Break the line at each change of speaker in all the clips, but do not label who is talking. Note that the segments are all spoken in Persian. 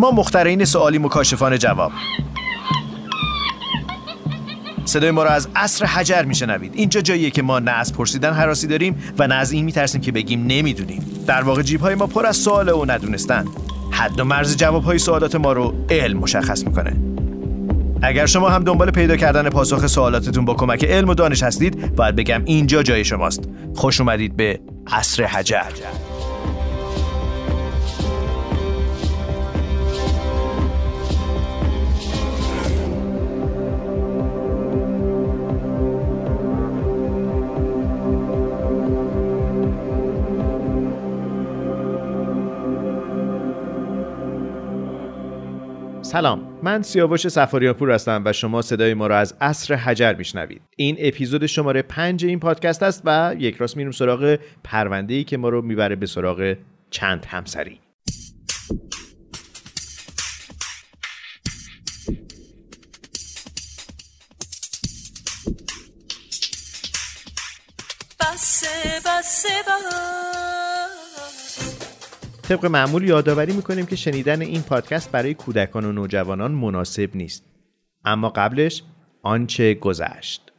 ما مخترعین سوالی مکاشفان جواب صدای ما را از عصر حجر میشنوید اینجا جاییه که ما نه از پرسیدن حراسی داریم و نه از این میترسیم که بگیم نمیدونیم در واقع جیبهای ما پر از سوال و ندونستن حد و مرز جوابهای سوالات ما رو علم مشخص میکنه اگر شما هم دنبال پیدا کردن پاسخ سوالاتتون با کمک علم و دانش هستید باید بگم اینجا جای شماست خوش اومدید به عصر حجر سلام من سیاوش سفاریانپور هستم و شما صدای ما را از عصر حجر میشنوید این اپیزود شماره پنج این پادکست است و یک راست میریم سراغ پرونده ای که ما رو میبره به سراغ چند همسری
بسه بسه بس
طبق معمول یادآوری میکنیم که شنیدن این پادکست برای کودکان و نوجوانان مناسب نیست اما قبلش آنچه گذشت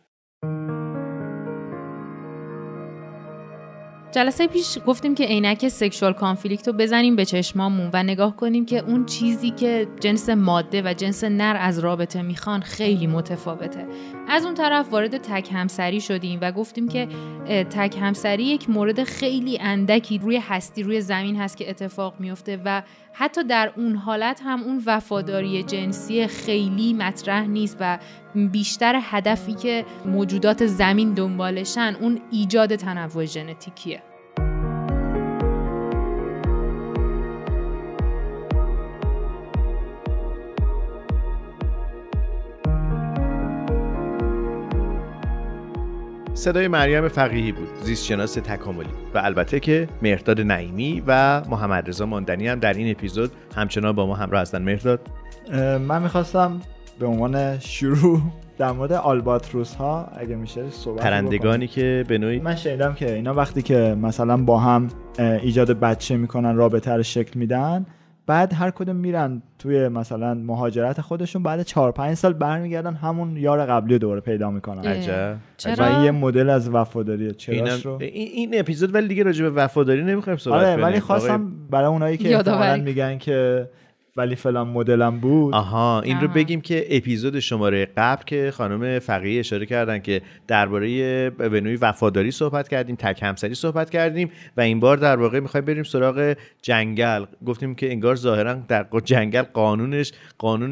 جلسه پیش گفتیم که عینک سکشوال کانفلیکت رو بزنیم به چشمامون و نگاه کنیم که اون چیزی که جنس ماده و جنس نر از رابطه میخوان خیلی متفاوته از اون طرف وارد تک همسری شدیم و گفتیم که اه، تک همسری یک مورد خیلی اندکی روی هستی روی زمین هست که اتفاق میفته و حتی در اون حالت هم اون وفاداری جنسی خیلی مطرح نیست و بیشتر هدفی که موجودات زمین دنبالشن اون ایجاد تنوع ژنتیکیه
صدای مریم فقیهی بود زیستشناس تکاملی و البته که مهرداد نعیمی و محمد رضا ماندنی هم در این اپیزود همچنان با ما همراه هستن مهرداد
اه، من میخواستم به عنوان شروع در مورد آلباتروس ها اگه میشه صحبت
پرندگانی که به نوعی
بکنم. من شنیدم که اینا وقتی که مثلا با هم اه، ایجاد بچه میکنن رابطه رو شکل میدن بعد هر کدوم میرن توی مثلا مهاجرت خودشون بعد 4 5 سال برمیگردن همون یار قبلی رو دوباره پیدا میکنن
عجب
و این یه
چرا
مدل از وفاداری چراش
اینم-
رو
این, این اپیزود ولی دیگه راجع به وفاداری نمیخوایم صحبت
آره
کنیم
ولی
آقای-
خواستم برای اونایی که
یادآوری
احتمالاً
کن.
میگن که ولی فلان مدلم بود
آها این رو
آها.
بگیم که اپیزود شماره قبل که خانم فقیه اشاره کردن که درباره به نوعی وفاداری صحبت کردیم تک همسری صحبت کردیم و این بار در واقع میخوایم بریم سراغ جنگل گفتیم که انگار ظاهرا در ق- جنگل قانونش قانون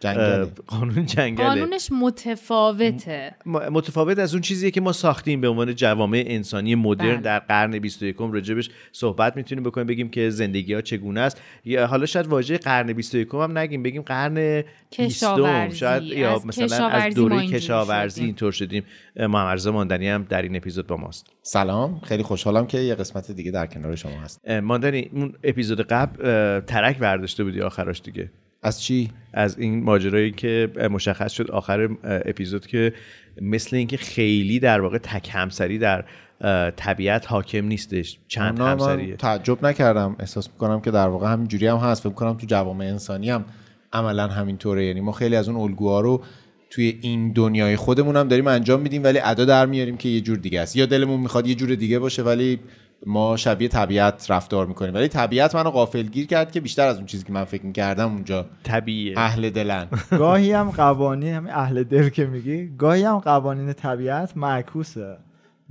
جنگله.
اه، قانون جنگله
قانونش متفاوته
م- متفاوت از اون چیزیه که ما ساختیم به عنوان جوامع انسانی مدرن
بله.
در قرن 21 راجبش صحبت میتونیم بکنیم بگیم که زندگی ها چگونه است یا حالا شاید واژه قرن 21 هم نگیم بگیم قرن 20
کشاورزی.
شاید یا
از
مثلا از
کشاورزی ما
دوره
اینجوری
کشاورزی
شدیم.
اینطور شدیم اه، محمد رضا ماندنی هم در این اپیزود با ماست
سلام خیلی خوشحالم که یه قسمت دیگه در کنار شما هست
اه، ماندنی اون اپیزود قبل اه، ترک برداشته بودی آخرش دیگه
از چی
از این ماجرایی که مشخص شد آخر اپیزود که مثل اینکه خیلی در واقع تک همسری در اه، طبیعت حاکم نیستش چند
اونا من
همسریه
تعجب نکردم احساس میکنم که در واقع همینجوری هم هست فکر میکنم تو جوامع انسانی هم عملا همینطوره یعنی ما خیلی از اون الگوها رو توی این دنیای خودمون هم داریم انجام میدیم ولی ادا در میاریم که یه جور دیگه است یا دلمون میخواد یه جور دیگه باشه ولی ما شبیه طبیعت رفتار میکنیم ولی طبیعت منو غافلگیر کرد که بیشتر از اون چیزی که من فکر میکردم اونجا
طبیعیه
اهل دلن
گاهی هم قوانین همین اهل دل که میگی گاهی هم قوانین طبیعت معکوسه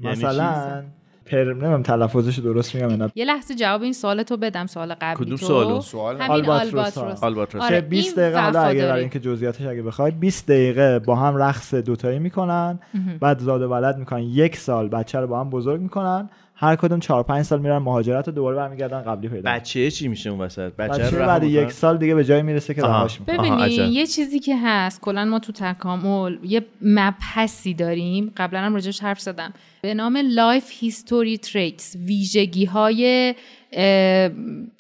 یعنی
مثلا پر نمیم تلفظش رو درست میگم اینا
یه لحظه جواب این سوال تو بدم سوال قبلی
کدوم
تو
سوالو؟
سوال
همین
آلباتروس
آلباتروس
ها.
آلباتروس.
آره،
که 20
این
دقیقه حالا اگه برای
وفاداری.
اینکه جزئیاتش اگه بخوای 20 دقیقه با هم رقص دوتایی میکنن بعد زاد و ولد میکنن یک سال بچه رو با هم بزرگ میکنن هر کدوم 4 5 سال میرن مهاجرت و دوباره برمیگردن قبلی پیدا می‌کنن.
بچه چی میشه اون وسط بچه,
بچه
رو رها
بعد
می‌کنن؟
یک سال دیگه به جایی میرسه که
آها.
رهاش می‌کنن.
آها،
ببینی
عجب.
یه چیزی که هست کلا ما تو تکامل یه مبحثی داریم قبلا هم راجبش حرف زدم به نام لایف هیستوری تریتس ویژگی های اه،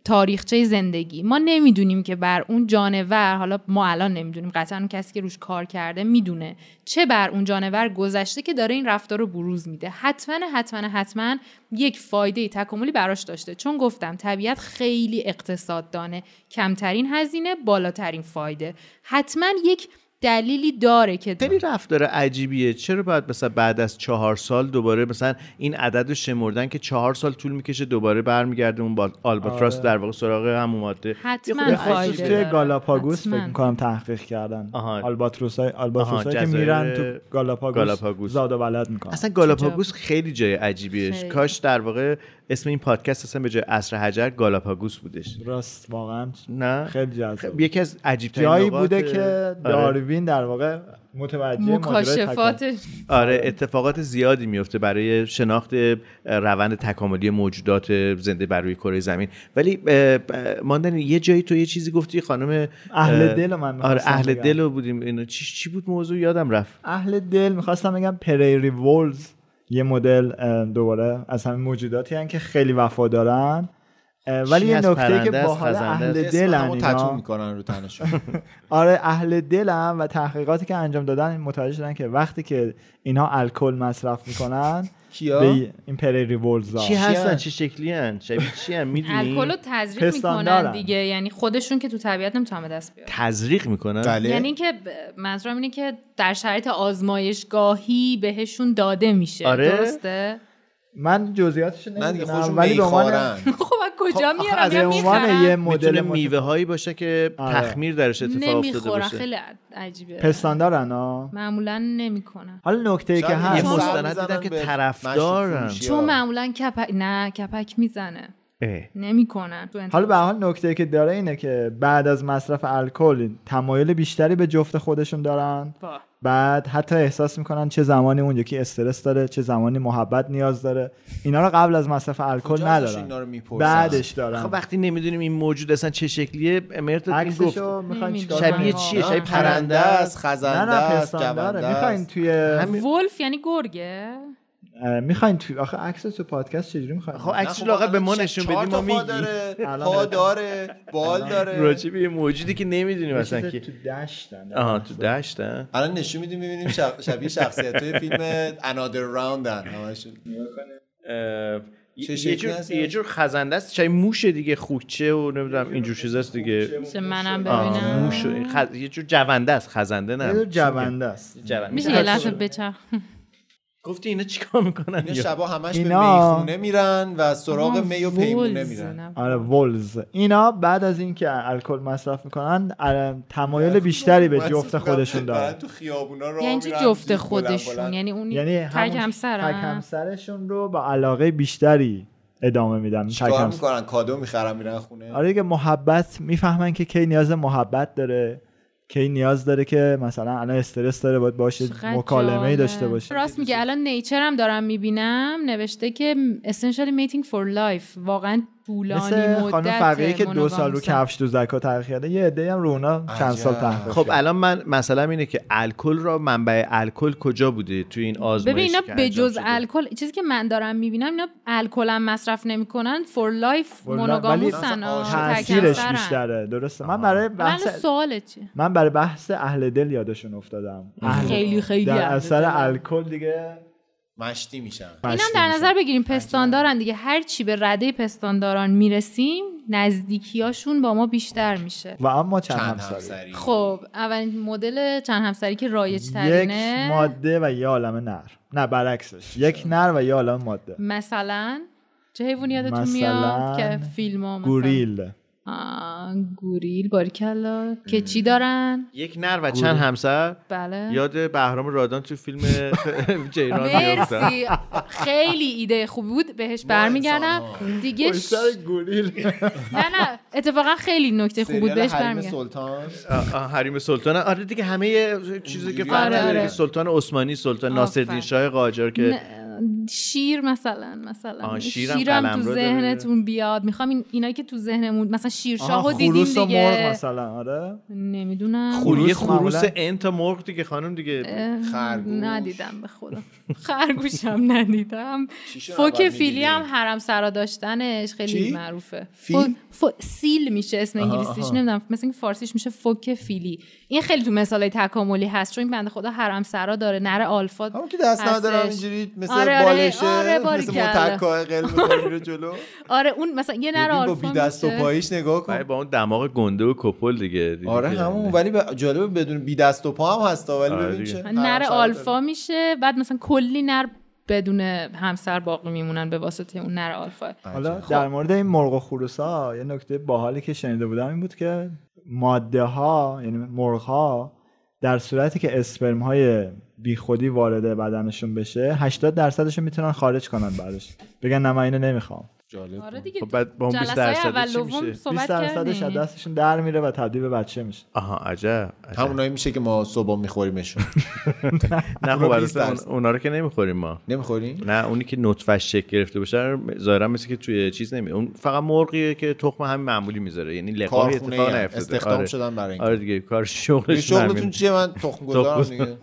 تاریخچه زندگی ما نمیدونیم که بر اون جانور حالا ما الان نمیدونیم قطعا اون کسی که روش کار کرده میدونه چه بر اون جانور گذشته که داره این رفتار رو بروز میده حتما حتما حتما یک فایده تکاملی براش داشته چون گفتم طبیعت خیلی اقتصاددانه کمترین هزینه بالاترین فایده حتما یک دلیلی داره که
خیلی رفتار عجیبیه چرا باید مثلا بعد از چهار سال دوباره مثلا این عدد رو شمردن که چهار سال طول میکشه دوباره برمیگرده اون با آلباتراس در واقع سراغ همون ماده
حتما
یه
فایده
خصوص توی
داره.
گالاپاگوس
حتما.
فکر میکنم تحقیق کردن
آها.
آلباتروس های آلباتروس
آها،
که
جزایر
میرن تو گالاپاگوس,
گالاپاگوس.
زاد و ولد میکنن
اصلا گالاپاگوس خیلی جای عجیبیه
خیلی.
کاش در واقع اسم این پادکست اصلا به جای عصر حجر گالاپاگوس بودش
راست واقعا
نه
خیلی جذاب
خب، یکی از آره. عجیب
جایی بوده که داروین در واقع متوجه ماجرای
مکاشفات
آره اتفاقات زیادی میفته برای شناخت اه، روند تکاملی موجودات زنده بر روی کره زمین ولی اه، ب- ماندن یه جایی تو یه چیزی گفتی خانم
اهل
اه،
دل رو من
آره
می‌خواستم
اهل
بگم.
دل رو بودیم اینا چی چی بود موضوع یادم رفت
اهل دل میخواستم بگم پریری وولز یه مدل اه، دوباره از همین موجوداتی هن که خیلی وفادارن اه، ولی
چی
یه
هست؟
نکته که
پرنده است،
با حال
خزنده است؟
اهل
اسم
دل
همو تتو
اینا
میکنن رو تنشون
آره اهل دلن و تحقیقاتی که انجام دادن متوجه شدن که وقتی که اینها الکل مصرف میکنن
کیا؟
به این پریری وولزا
چی هستن
هن؟
چه شکلی هن شبیه چی هن میدونی
الکل رو تزریق
پستان دارن.
میکنن دیگه یعنی خودشون که تو طبیعت نمیتونه به دست بیارن
تزریق میکنن
بله
یعنی اینکه ب- منظورم اینه که در شرایط آزمایشگاهی بهشون داده میشه
آره.
درسته
من جزئیاتش
نه
نمیدونم
دیگه خودشون
ولی به عنوان
میخورن
خب از کجا
آخه
میارم
از
یا
عنوان یه
میخرم
میتونه
مدل مت-
میوه هایی باشه که
آره.
تخمیر درش اتفاق افتاده
نمیخورن
باشه
خیلی عجیبه
پستاندارن ها
معمولا نمیکنن
حالا نکته ای که
شاید یعنی یه
هست
یه
مستند
مستند
می‌زنن
دیدم که
به
طرفدارن.
مشروب فروشی ها.
خب. چون معمولا کپک نه کپک میزنه
اه.
نمیکنن
حالا به هر حال نکته که داره اینه که بعد از مصرف الکل تمایل بیشتری به جفت خودشون دارن بعد حتی احساس میکنن چه زمانی اون یکی استرس داره چه زمانی محبت نیاز داره اینا رو قبل از مصرف الکل
کجا ازش اینا
ندارن
رو می‌پرسن؟
بعدش
خب
دارن
وقتی نمیدونیم این موجود اصلا چه شکلیه مرتاد این گفت
عکسشو میخواین چیکار
نمی‌دونم.
شبیه
کنین؟
چیه
نه،
شبیه
پرنده
پرنده است
است خزنده
نه نه
است
پستان
جونده
داره
است.
میخواین توی
ولف یعنی گرگه
اه، میخواین توی آخه عکس تو پادکست چجوری میخواین
خب
نه،
عکسش
خب
رو آقا
الان
به ما
چه-
نشون
چهار
بدی ما
تا پا
میگیم.
داره
الان
پا
بهتون.
داره بال داره
راجع به یه موجودی که نمیدونیم اصلا
تو
که
دشتن
آها تو دشت ها؟
الان نشون میدیم میبینیم شبیه شخصیت های فیلم Another Round هن همشون.
اه،
چه
یه
شکلی
جور
هست؟
یه جور خزنده است چای موشه دیگه خوکچه و نمیدونم اینجور چیزاست دیگه
میشه منم
آه،
ببینم
موش و- خز- یه جور جونده است خزنده
یه جور
نه
جونده است
جونده.
میشه یه لحظه بچرخ
گفتی اینا چیکار میکنن
اینا شبا همش به
اینا-
میخونه میرن و سراغ
آها،
می و پیمونه
ولز.
میرن
آره ولز اینا بعد از اینکه الکل مصرف میکنن تمایل بیشتری به جفت خودشون
برن
دارن
تو خیابونا راه
یعنی چی
میرن،
جفت
زیر بلند
خودشون
بلند.
یعنی اون
یعنی
تک
همون تک
همسر
همسرشون رو با علاقه بیشتری ادامه میدن تک
چیکار
همسر.
میکنن کادو میخرن میرن خونه
آره دیگه محبت میفهمن که کی نیاز محبت داره کی نیاز داره که مثلا الان استرس داره باید باشه مکالمه ای داشته باشه
راست میگه الان نیچر هم دارم میبینم نوشته که essentially mating for life واقعا طولانی
مثل
مدت
خانم فقیه که دو سال رو کفش تو زکات تحقیق کرده یه عده هم رو اونا چند سال
عجب.
تحقیق
خب الان من مثلا اینه که الکل را منبع الکل کجا بوده تو این آزمایش
ببین اینا
که
به
انجام
جز
شده؟
الکل چیزی که من دارم میبینم اینا الکل هم مصرف نمیکنن for life
ولی
مونوگاموسن ها، تک
تاثیرش
همسرن.
بیشتره درسته من برای
من
بحث
سوال چیه
من برای بحث اهل دل یادشون افتادم اهل-
خیلی خیلی
در
اهل
اثر
دلن.
الکل دیگه
مشتی میشن
اینم
مشتی
در
میشن.
نظر بگیریم پستاندارن دیگه هر چی به رده پستانداران میرسیم نزدیکیاشون با ما بیشتر میشه
و اما چند
چند
همسری
همسری
خب اولین مدل چند همسری که رایج
یک
ترینه
ماده و یه عالم نر نه برعکسش یک نر و یه عالم ماده
مثلا چه حیوانی یادتون
مثلا
میاد که فیلم ها مثلا
گوریل
آه، گوریل باریکلا که چی دارن
یک نر و چند همسر
بله
یاد بهرام رادان تو فیلم جیران میافتم
مرسی خیلی ایده خوبی بود بهش برمیگردم دیگه ش-
گوریل
نه نه اتفاقا خیلی نکته خوب بود
سریال
بهش
حریم
برمیگردم
سلطان
حریم سلطان آره دیگه همه چیزی که یعنی
اینجوری
فرق
آره،
داره
آره.
که سلطان عثمانی سلطان ناصرالدین شاه قاجار که
نه، شیر مثلا مثلا
آه، شیرم
شیرم تو
قلمرو داره.
ذهنتون بیاد میخوام این اینایی که تو ذهنمون مثلا شیرشاه
آها،
رو دیدیم
خروس و مرغ
دیگه
مثلا آره
نمیدونم
خروس
یه خروس
معمولا-
ان تا مرغ دیگه خانم دیگه
خرگوش.
ندیدم به خدا خرگوشم ندیدم
چیشو اول
فوک
می‌بینی؟
فیلی هم حرم سرا داشتنش خیلی
چی؟
معروفه
فیل؟
فو- فو- سیل میشه اسم انگلیسیش نمیدونم مثل اینکه فارسیش میشه فوک فیلی این خیلی تو مثالای تکاملی هست چون این بنده خدا حرم سرا داره نره آلفا
همون که دست ندارم
هستش.
اینجوری مثل
آره، آره،
بالشه
آره،
مثل
باریکلا.
متکای قل می‌کنه میره جلو
آره اون مثلا یه نره
ببین
آلفا
با بی دست و
میشه.
پایش نگاه کن
برای خب. با اون دماغ گنده و کپل آره، دیگه دیدی
آره
که- یعنی.
همون ولی به- جالبه بدون بی دست و پا هم هستا ولی
آره
ببین
دیگه.
چه
نر
حرم
آلفا میشه بعد مثلا کلی نر بدون همسر باقی میمونن به واسطه اون نر آلفا
حالا در مورد این مرغ و خروس ها یه نکته باحالی که شنیده بودم این بود که ماده ها یعنی مرغ ها در صورتی که اسپرم های بیخودی وارد بدنشون بشه 80 درصدشون میتونن خارج کنن بعدش بگن نه من اینو نمیخوام
جالب
آره دیگه
خب بعد با اون 20
جلسه اول
درصد چی
دوم
میشه
صحبت
20 درصدش از
کردیم
دستشون در میره و تبدیل به بچه میشه
آها عجب, عجب.
همونایی میشه که ما صبح میخوریمشون
نه خب
اونا
البته
20 درصد.
اون- اونا رو که نمیخوریم ما
نمیخوریم
نه اونی که نطفش شکل گرفته باشه رو ظاهرا مثل که توی چیز نمی اون فقط مرغیه که تخم همین معمولی میذاره یعنی لقاحی
کارخونه
اتفاق نیفتاده
استخدام
آره.
شدن برای این یعنی
آره دیگه کار شغلش
شغلتون
همین.
چیه من تخم گذارم
تخم
دیگه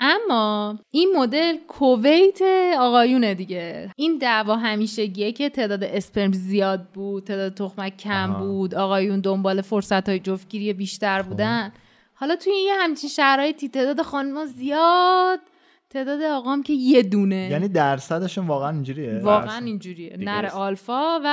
اما این مدل کویت آقایونه دیگه این دعوا همیشگیه که تعداد اسپرم زیاد بود تعداد تخمک کم بود آقایون دنبال فرصت های جفتگیری
خب.
بیشتر بودن حالا توی یه همچین شرایطی تعداد خانم زیاد تعداد آقام که یه دونه
یعنی درصدشون واقعا اینجوریه
واقعا
درصد.
اینجوریه
دیگه
نر
است.
آلفا و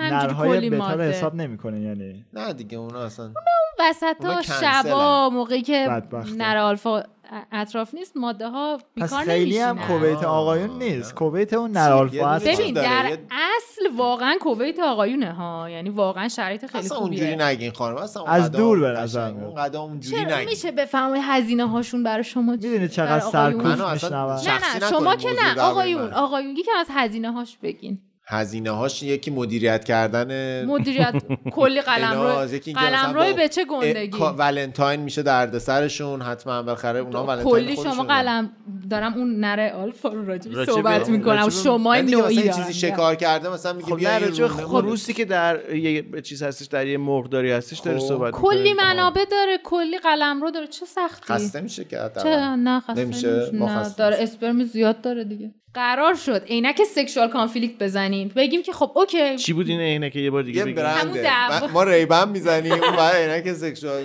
همینجوری
نرهای
کلی
بتا رو
ماده
حساب نمیکنه یعنی
نه دیگه اونا اصلا
وسط
اونا
ها
کنسلن.
شبا موقعی که
بدبختن.
نر آلفا ا- اطراف نیست ماده ها
پس
بیکار
خیلی هم
نمیشینن
کویت آقایون نیست کویت اون نرالفا هست
چیز
ببین
داره،
در
یه-
اصل واقعا کویت آقایونه ها یعنی واقعا شرایط خیلی
اصلا اونجوری
خوبیه
نگین خانم اصلا اون
از
قدم
دور به
قشنگ،
نظر میاد.
اون قدم اونجوری
چرا
نگین
میشه بفهمید هزینه هاشون برای شما چیه؟
میدونی چقدر
برای آقایون؟
سرکوف
منو اصلا
میشنون
نه
شخصی
نه
نکنید
شما که
موضوع
نه
دعوای
آقایون
من.
آقایون یکم از هزینه هاش بگین
هزینه هاش یکی مدیریت کردن
مدیریت کلی قلم
ایناست،
رو
یکی اینکه مثلا
قلم روی
با-
به چه
اه،
گندگی
کا- ولنتاین میشه دردسرشون حتما بالاخره اونا ولنتاین
کلی
خودشون
شما
دارن.
قلم دارم اون نره آلفا رو راجبی
راجب-
صحبت میکنم
راجب-
شما
یعنی دیگه
نوعی
مثلا یه
دارم
چیزی
میگم.
شکار کرده مثلا میگه
خب
بیا
نه
این
راجع به
رونه
خروسی که در یه چیز هستش در یه مرغداری هستش داره
خب.
صحبت
کلی
می‌کنه.
منابع داره کلی قلم رو داره چه سختی
خسته میشه که حداقل.
چه نه خسته
نمیشه؟
نمیشه.
ما
نه،
خسته
داره
نیستیم.
اسپرم زیاد داره دیگه قرار شد عینک سکشوال کانفلیکت بزنیم بگیم که خب اوکی
چی بود این عینه که یه بار دیگه
یه
بگی؟
همون
برنده
دعوا.
ما- ما ریبن میزنیم اون بعد عینک سکشوال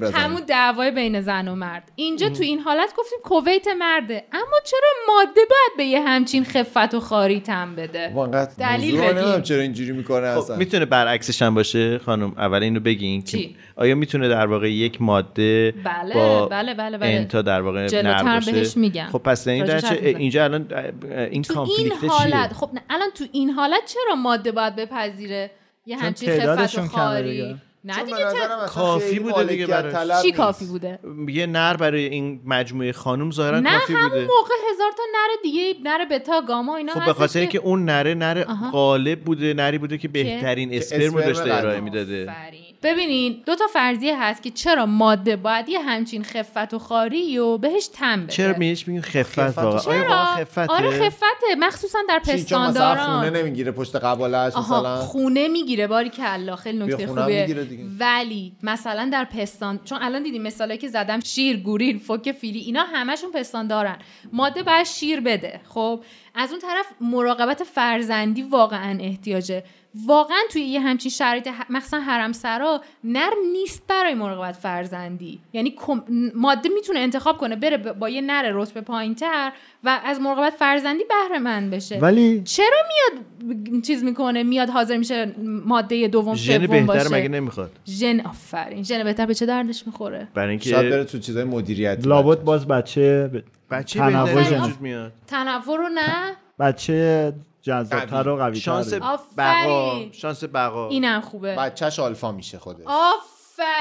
بزنیم.
همون دعوای بین زن و مرد اینجا تو این حالت گفتیم کویت مرده اما چرا ماده باید به یه همچین خفت و خاری تن بده
بابا انقدر
دلیل
موضوع رو
بدیم.
نمیدونم چرا اینجوری میکنه
خب،
اصلا
میتونه برعکسش هم باشه خانم اول اینو بگین که
چی؟
آیا میتونه در واقع یک ماده
بله،
با
بله، بله، بله.
انتا در واقع
جلوتر
نرم باشه؟
بهش میگم.
خب پس در این
راجعش
درچه
حرف می‌زنم.
اینجا الان اه، این
تو این
کانفلیکت
حالت
چیه
خب نه الان تو این حالت چرا ماده باید بپذیره یه
چون
همچین خفت و
تعدادشون کمه
خاری
دیگه.
نه
چون
دیگه
به
تعداد-
نظرم اصلا
کافی
خیلی
بوده دیگه
مالکیت
براش.
طلب
چی
نیست.
کافی بوده
یه نر برای این مجموعه خانم ظاهرا
نه
کافی
همون
بوده
موقع هزار تا نر دیگه نر بتا گاما اینا
خب به
هستش
خاطر که اون نره نر غالب بوده نری بوده که بهترین اسپرم رو
اسپرم
داشته
قدیم.
ارائه میداده
آفرین. ببینین دو تا فرضیه هست که چرا ماده باید یه همچین خفت و خاری و بهش تم بده
چرا میش میگن خفت
خفت.
واقعا
چرا؟
آیا واقعا خفته؟
آره خفته مخصوصا در
چی چون مثلا خونه
پستانداران
نمیگیره پشت قبالش
آها
مثلا
خونه میگیره باری کلا خیلی نکته
خونه هم میگیره
خوبیه
دیگه.
ولی مثلا در پستان چون الان دیدیم مثالایی که زدم شیر گوریل فوک فیلی اینا همشون پستان دارن ماده باید شیر بده خب از اون طرف مراقبت فرزندی واقعا احتیاجه واقعا توی یه همچین شرایط ه- مخصوصا حرم سرا نر نیست برای مراقبت فرزندی یعنی کم- ماده میتونه انتخاب کنه بره ب- با یه نر رتبه پایینتر و از مراقبت فرزندی بهره مند بشه
ولی
چرا میاد ب- چیز میکنه میاد حاضر میشه ماده دوم
ژن
سوم
بهتر
باشه
مگه نمیخواد
ژن آفرین ژن بهتر به چه دردش میخوره
برای
شاید بره
اینکه
تو چیزای مدیریتی
لابد باز بچه ب-
بچه
تنوع
بهتری
ژن.
وجود میاد
تنوع رو نه
بچه جذابتر و قوی
شانس
آفرین.
بقا شانس بقا
اینم خوبه
بچهش آلفا میشه خودش
آف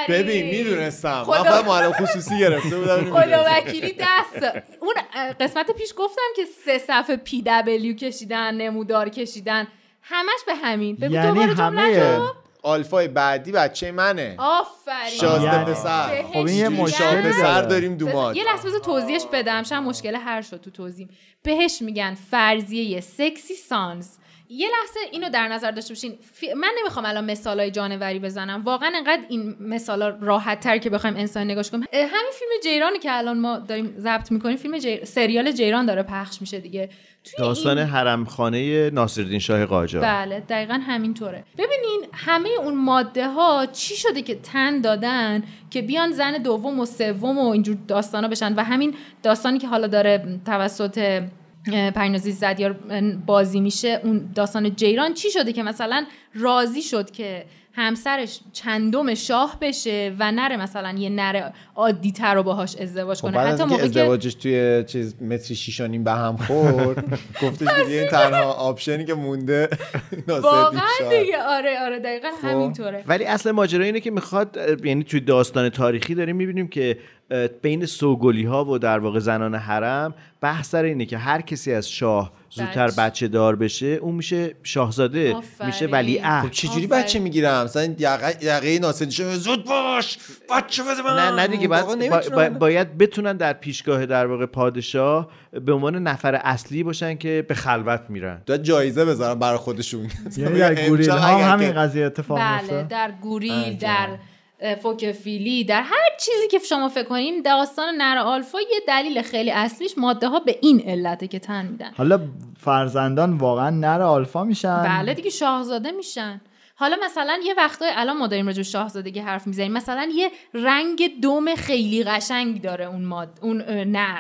آفرین
ببین میدونستم من
آره. خدا-
فقط معلم خصوصی گرفته بودم اینو
خدا
می‌دونستم.
وکیلی دست داد. اون قسمت پیش گفتم که سه صفحه پی دبلیو کشیدن نمودار کشیدن همش به همین بگو
یعنی
دوباره
همه-
جمله رو
آلفای بعدی بچه منه
آفرین
شازده
یعنی-
پسر
بهش
خب این یه
میگن-
شاه
مشکلی
پسر
داره.
داریم دوماد
یه لحظه بذار توضیحش بدم شاید مشکل هر شد تو توضیح بهش میگن فرضیه سکسی سانز یه لحظه اینو در نظر داشته باشین فی- من نمیخوام الان مثالای جانوری بزنم واقعا انقدر این مثالا راحت تر که بخوایم انسان نگاش کنیم اه، همین فیلم جیرانی که الان ما داریم ضبط میکنیم فیلم جیر... سریال جیران داره پخش میشه دیگه توی این-
داستان حرمخانه ناصرالدین شاه قاجار
خب.
بله دقیقا همینطوره ببینین همه اون ماده ها چی شده که تن دادن که بیان زن دوم و سوم و اینجور داستانا بشن و همین داستانی که حالا داره توسط اه، پریناز زدیار اه، بازی میشه اون داستان جیران چی شده که مثلا راضی شد که همسرش چندم شاه بشه و نره مثلا یه نره عادی تر رو باهاش ازدواج
خب
کنه
بعد از
حتی
اینکه
موقعی که
ازدواجش توی چیز متری شیشانیم به هم خورد گفتش که دیگه این تنها آپشنی که مونده ناصرالدین
واقعا
شاه
دیگه آره آره دقیقا
خب.
همینطوره
ولی اصل ماجرا اینه که میخواد اه، یعنی توی داستان تاریخی داریم میبینیم که اه، بین سوگلی ها و در واقع زنان حرم بحث سر اینه که هر کسی از شاه زودتر
بچه.
بچه دار بشه اون میشه شاهزاده
آفرین.
میشه ولی
خب
عهد
چجوری
آفرین.
بچه میگیرم مثلا یقه یقه ناصرالدین شاه زود باش بچه بده من
نه نه دیگه باید,
آقا
با-
نمی‌تونم.
با- باید بتونن در پیشگاه در واقع پادشاه به عنوان نفر اصلی باشن که به خلوت میرن
باید جایزه بذارم برای خودشون
یعنی در
امشب
گوریل ها
اگر
هم همین
که-
قضیه اتفاق
بله
میفته
در گوریل در اه، فوک فیلی در هر چیزی که شما فکر کنین داستان نر آلفا یه دلیل خیلی اصلیش ماده ها به این علته که تن میدن
حالا فرزندان واقعا نر آلفا میشن
آره.
بله دیگه شاهزاده میشن حالا مثلا یه وقتای الان ما داریم راجع به شاهزادگی حرف میزنیم مثلا یه رنگ دوم خیلی قشنگ داره اون ماد... اون اه، نر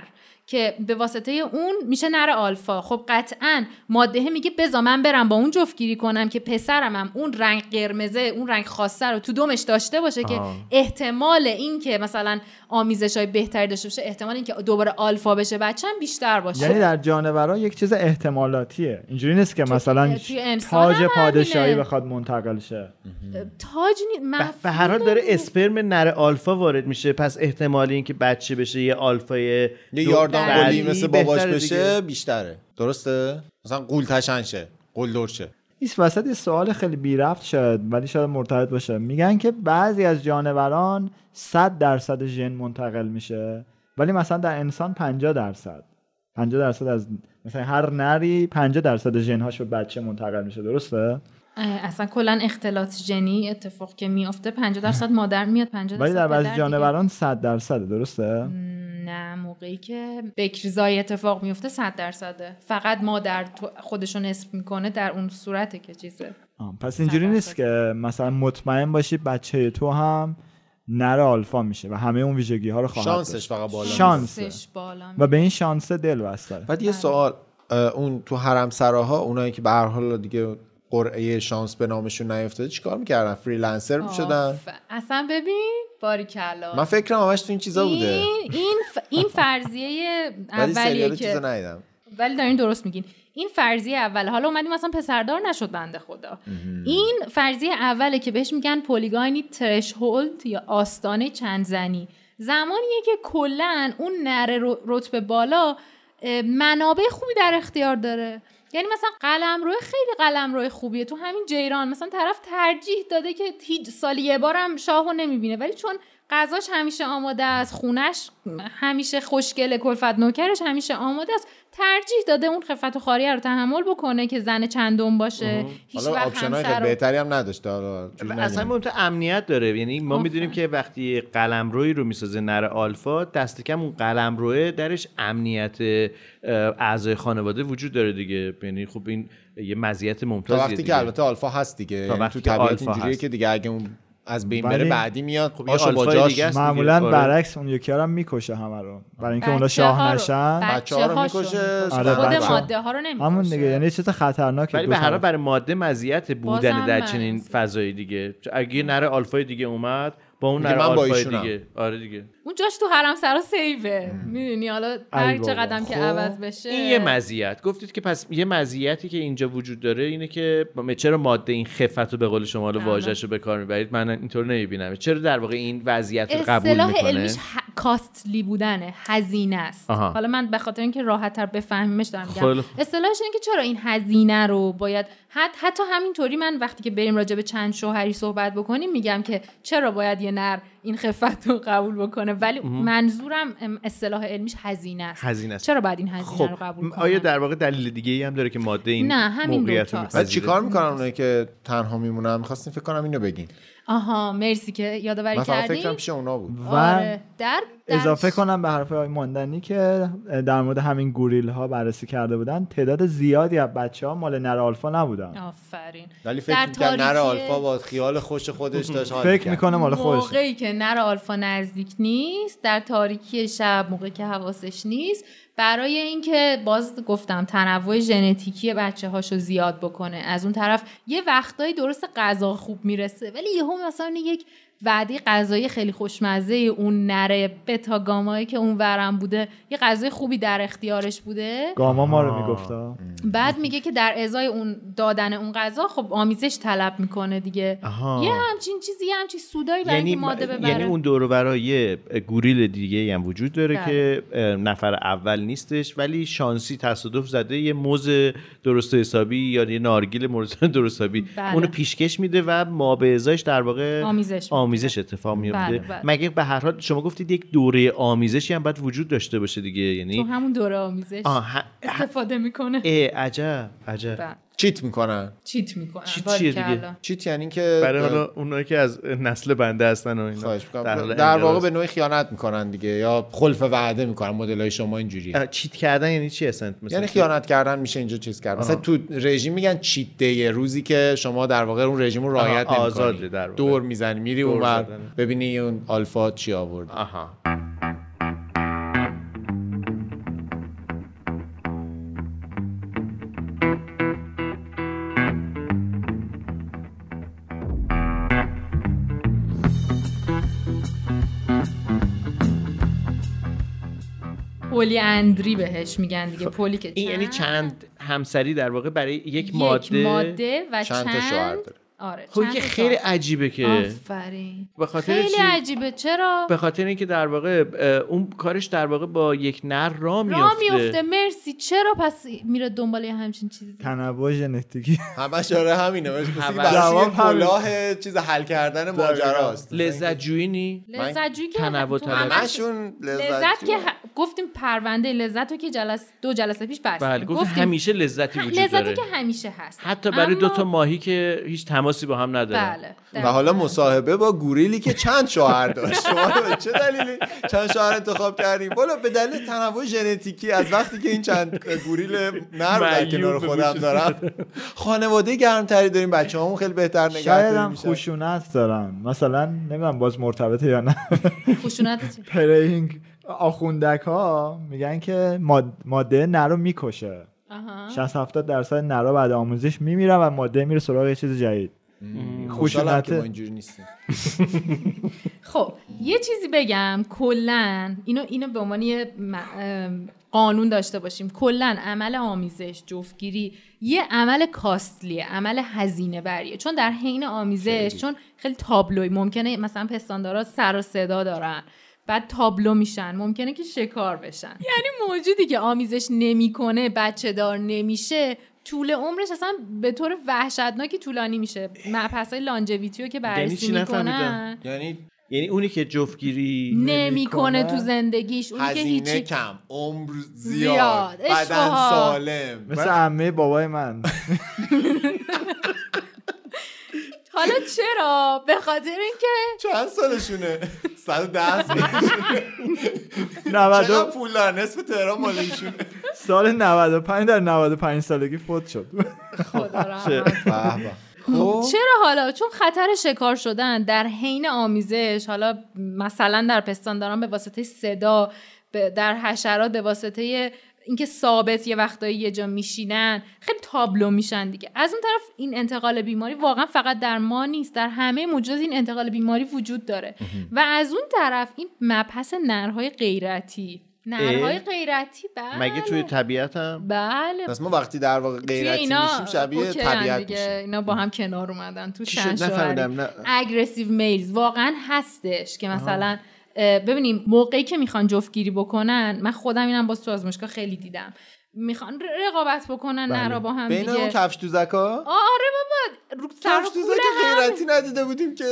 که به واسطه اون میشه نر آلفا خب قطعا ماده میگه بزا من برم با اون جفتگیری کنم که پسرم هم اون رنگ قرمزه اون رنگ خاصه رو تو دومش داشته باشه که احتمال این که مثلا آمیزش های بهتری داشته باشه احتمال این که دوباره آلفا بشه بچه هم بیشتر باشه
یعنی در جانورا یک چیز احتمالاتیه اینجوری نیست که مثلا
توی انسان
تاج
هم
پادشاهی
همینه.
بخواد منتقل شه
تاج نی...
به- به هر حال
مفهوم
داره اسپرم نر آلفا وارد میشه پس احتمال اینکه بچه بشه یه آلفای
یه
دو-
یاردان گلی
بعدی
مثل باباش
بهتره دیگه.
بشه بیشتره درسته مثلا قول تشن شه قول دور شه
این وسط یه سوال خیلی بی ربط شد ولی شاید مرتبط باشه میگن که بعضی از جانوران 100 درصد ژن منتقل میشه ولی مثلا در انسان 50 درصد 50 درصد از مثلا هر نری 50 درصد ژنهاش به بچه منتقل میشه درسته
اه، اصلا کلا اختلاط ژنی اتفاق که میافته 50 درصد مادر میاد 50 درصد
ولی در
پدر
بعضی
دیگه.
جانوران 100 درصد درسته
نه موقعی که بکریزایی اتفاق میفته 100 درصده فقط مادر تو- خودشو نصف میکنه در اون صورته که چیزه
آه، پس اینجوری
صد
نیست که مثلا مطمئن باشی بچه تو هم نر آلفا میشه و همه اون ویژگی ها رو خواهد
شانسش
داشت.
فقط بالا
شانس. شانسه.
شانسش بالا
و
میره.
به این شانس دل بستره
بعد یه سوال اه، اون تو حرم سراها اونایی که به هر حال دیگه قرعه شانس به نامشون نیفتاده چیکار میکردن فریلنسر میشدن
آف. اصلا ببین باریکلا
من فکرم همش تو این چیزا بوده
این این, ف- این فرضیه
ولی
اولیه
سریال
که
چیزا ندیدم
ولی دارین درست میگین این فرضیه اوله حالا اومدیم اصلا پسردار نشد بنده خدا این فرضیه اوله که بهش میگن پولیگاینی ترشهولد یا آستانه چند زنی زمانیه که کلا اون نره رو- رتبه بالا اه، منابع خوبی در اختیار داره یعنی مثلا قلم روی خیلی قلم روی خوبیه تو همین جیران مثلا طرف ترجیح داده که هیچ سال یه بارم شاهو نمیبینه ولی چون غذاش همیشه آماده است خونش همیشه خوشگل کلفت نوکرش همیشه آماده است ترجیح داده اون خفت و خاریه رو تحمل بکنه که زن چندم باشه هیچ
حالا
وقت
آپشنای
همسر
خیلی
رو-
بهتری هم نداشت حالا جوری
اصلا
نمونه.
مهمتر امنیت داره یعنی ما
آفرین.
میدونیم که وقتی قلمروی رو میسازه نر آلفا دست کم اون قلمروه درش امنیت اه، اعضای خانواده وجود داره دیگه یعنی خب این یه مزیت
تا
ممتازیه
وقتی
دیگه.
که البته آلفا هست دیگه یعنی
وقتی
تو
که
طبیعت
آلفا
اینجوریه
هست.
که دیگه اگه اون از بین بره
ولی-
بعد میاد
خب یه
آشو با
آلفای
جاش
دیگه است.
معمولا
دیگه، آره.
برعکس اون یکی ها رو هم میکشه همه رو برای اینکه اونا
بچه‌ها
شاه
رو-
نشن
بچه ها رو
بچه‌هاشو
میکشه
آره،
خود
بچه-
ماده ها رو نمیکشه
همون دیگه یعنی چیز خطرناکه
ولی
دو
به هر حال
طرف.
برای ماده مزیت
بازم
بودن در چنین
مزیت.
فضای دیگه اگه یه نر آلفای دیگه اومد با اون
میگه
نر
من با
آلفای
ایشونم.
دیگه آره دیگه
اون جاش تو حرم سرا سیوه میدونی حالا هر
ای بابا.
چقدر که عوض بشه
این یه مزیت گفتید که پس یه مزیتی که اینجا وجود داره اینه که م- چرا ماده این خفت رو به قول شما رو
نه،
واژهش رو به کار میبرید من اینطور نمیبینم چرا در واقع این وضعیت رو قبول
اصطلاح
میکنه
علمیش ه... کاستلی بودنه هزینه است
آها.
حالا من به خاطر اینکه راحت تر بفهمیمش دارم
خیلی
میگم
خوب.
اصطلاحش اینه که چرا این هزینه رو باید حت... حتی همینطوری من وقتی که بریم راجع به چند شوهری صحبت بکنیم میگم که چرا باید یه نر این خفت رو قبول بکنه ولی منظورم ام، اصطلاح علمیش هزینه است
هزینه است.
چرا باید این هزینه
خب
رو قبول
م-
کنه
آیا در واقع دلیل دیگه ای هم داره که ماده این
نه، همین
موقعیت رو
دوتاست.
بعد
می‌پذیره؟
چیکار میکنن اونایی که تنها میمونن میخواستیم فکر کنم اینو بگین
آها مرسی که یادآوری
من فقط فکرم
کردی
پیش اونا بود
و
آره. در... در...
اضافه کنم به حرف های ماندنی که در مورد همین گوریل ها بررسی کرده بودن تعداد زیادی از بچه ها مال نر آلفا نبودن
آفرین
ولی
در
فکر میکنم نر
تاریکی-
آلفا با خیال خوش خودش داشت حال
آره.
فکر
می‌کرد.
میکنه مال خودش
موقعی که نر آلفا نزدیک نیست در تاریکی شب موقعی که حواسش نیست برای اینکه باز گفتم تنوع ژنتیکی بچه هاشو زیاد بکنه از اون طرف یه وقتایی درست غذا خوب میرسه ولی یهو مثلا یک وعده غذایی خیلی خوشمزه اون نره بتا گامایی که اون ورم بوده یه غذای خوبی در اختیارش بوده
گاما ما رو میگفتا
بعد میگه که در ازای اون دادن اون غذا خب آمیزش طلب میکنه دیگه
آها.
یه همچین چیزی یه همچین سودایی برای
یعنی,
اینکه ماده ببره
یعنی اون دور و برا یه گوریل دیگه هم وجود داره
بله.
که اه، نفر اول نیستش ولی شانسی تصادف زده یه موز درست و حسابی یا یه نارگیل مورد درست حسابی
بله.
اونو پیشکش میده و ما به ازایش در واقع
آمیزش
آمیزش اتفاق میفته
بله، بله.
مگه به هر حال شما گفتید یک دوره آمیزشی هم باید وجود داشته باشه دیگه
تو
یعنی
همون دوره آمیزش
آه، ه-
استفاده میکنه
اه، عجب عجب
بله.
چیت میکنن
چیت میکنه
چیت چیه دیگه؟
چیت یعنی که
برای حالا اونایی که از نسل بنده هستن و اینا
خواهش می‌کنم.
حال
در واقع
انقراض.
به نوعی خیانت میکنن دیگه یا خلف وعده میکنن مدل های شما اینجوریه
اه، چیت کردن یعنی چی هستن مثلا
یعنی خیانت کردن میشه اینجا چیز کرد مثلا تو رژیم میگن چیت دی روزی که شما در واقع اون رژیم رو رعایت
آها، آزاده
نمی‌کنی.
در واقع.
دور میزنی میری
دور
اونور
زدن.
ببینی اون آلفا چی آورد
آها
پولی اندری بهش میگن دیگه پولی که
این یعنی چند همسری در واقع برای یک,
یک
ماده,
ماده, و
چند
چند
تا شوهر داره.
آره
خب
چند
که
تا
خیلی
شوهر.
عجیبه که
آفرین
به خاطر
خیلی
چی؟
عجیبه چرا
به خاطر اینکه در واقع اه، اون کارش در واقع با یک نر را میفته
را میفته مرسی چرا پس میره دنبال یه همچین چیزی
تنوع ژنتیکی
همش آره همینه بهش مثل
همش.
براش یه
جواب همین.
کلاه چیز حل کردن ماجراست
لذت جویی نی
لذت جویی که
تنوع
تو
طلب.
همش-
همشون
لذت
لذت
که ه- گفتیم پرونده لذت رو که جلس دو جلسه پیش بستیم
بله گفت
گفتیم
همیشه لذتی
ه-
وجود
لذتی
داره
که همیشه هست
حتی برای
اما-
دو تا ماهی که هیچ تماسی با هم نداره
بله
و حالا مصاحبه با گوریلی که چند شوهر داشت شما به چه دلیلی چند شوهر انتخاب کردیم والا به دلیل تنوع ژنتیکی از وقتی که این چند گوریل نر در
معیوب
کنار
به
خودم
وجود
دارم خانواده گرمتری داریم بچه همون خیلی بهتر
شاید
نگه
هم خشونت دارن مثلا نمیدونم باز مرتبطه یا نه
خشونت چی؟
پرینگ آخوندک ها میگن که ماد- ماده نر رو میکشه
آها.
60 70 درصد نرا بعد آموزش میمیرن و ماده میره سراغ یه چیز جدید
خوشونت ما
خشونت
اینجوری نیستیم
خب یه چیزی بگم کلا اینو اینو به عنوان یه م- ام، قانون داشته باشیم کلا عمل آمیزش جفتگیری یه عمل کاستلیه عمل هزینه بریه چون در حین آمیزش چون خیلی تابلوی ممکنه مثلا پستاندارا سر و صدا دارن بعد تابلو میشن ممکنه که شکار بشن یعنی موجودی که آمیزش نمیکنه بچه دار نمیشه طول عمرش اصلا به طور وحشتناکی طولانی میشه مبحث های لانجویتیو که بررسی
یعنی چی نفهمیدم؟
میکنن
یعنی
یعنی اونی که جفتگیری
نمیکنه تو زندگیش اونی که
هزینه
هیچی
کم عمر
زیاد.
زیاد
عشق
بدن
ها.
سالم
مثل عمه بابای من
حالا چرا به خاطر اینکه
چند سالشونه 110 سال
90
چقدر پول دارن نصف تهران مال ایشونه
سال 95 در 95 سالگی فوت شد
خدا رحمت.
به به.
خب؟
خب،
چرا حالا چون خطر شکار شدن در حین آمیزش حالا مثلا در پستانداران به واسطه صدا به- در حشرات به واسطه اینکه ثابت یه وقتایی یه جا میشینن خیلی تابلو میشن دیگه از اون طرف این انتقال بیماری واقعا فقط در ما نیست در همه موجودات این انتقال بیماری وجود داره و از اون طرف این مبحث نرهای غیرتی نرهای غیرتی بله
مگه توی طبیعت هم
بله
پس ما وقتی در واقع
توی
غیرتی
اینا
میشیم شبیه
اوکی‌ان
طبیعت
دیگه.
میشیم
اینا با هم کنار اومدن تو
چی شد؟ نفهمیدم، نه.
شنشاری اگریسیو میلز واقعا هستش که مثلا اه، ببینیم موقعی که میخوان جفتگیری بکنن من خودم اینم باز تو آزمایشگاه خیلی دیدم میخوان رقابت بکنن نرا با هم
بله. بین اون
دیگه
کفش دوزکا
آره بابا رو سر و
کفش
کول
دوزک
هم
غیرتی ندیده بودیم که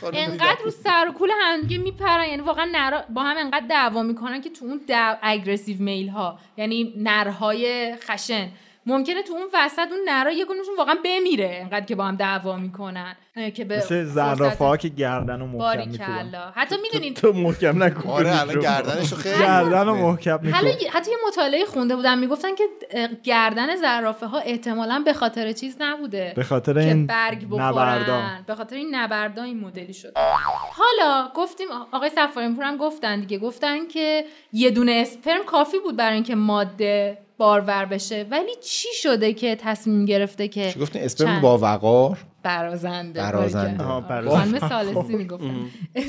خانم
انقدر رو سر و کول هم دیگه میپرن یعنی واقعا نرا با هم انقدر دعوا میکنن که تو اون دع... اگریسیو میل ها یعنی نرهای خشن ممکنه تو اون وسط اون نرا یه گونهشون واقعا بمیره انقدر که با هم دعوا میکنن اه، که به
مثل زرافه ها که گردن رو محکم میکنن
باریکلا حتی میدونید
تو محکم نکن
آره الان
میکروفون.
گردنشو خیلی
گردن رو
گفته.
محکم
حالا
میکنن
یه- حتی یه مطالعه خونده بودم میگفتن که اه، گردن زرافه ها احتمالا به خاطر چیز نبوده
به خاطر
که
این
برگ
نبردان
بخورن به خاطر این نبردا این مدلی شد حالا گفتیم آقای سفاریان پور هم گفتن دیگه گفتن که یه دونه اسپرم کافی بود برای اینکه ماده بارور بشه ولی چی شده که تصمیم گرفته که
چی گفتین اسپرم
چند؟
با وقار
برازنده
برازنده.
باریکلا.
آها، برازنده.
خانم سالسی میگفتن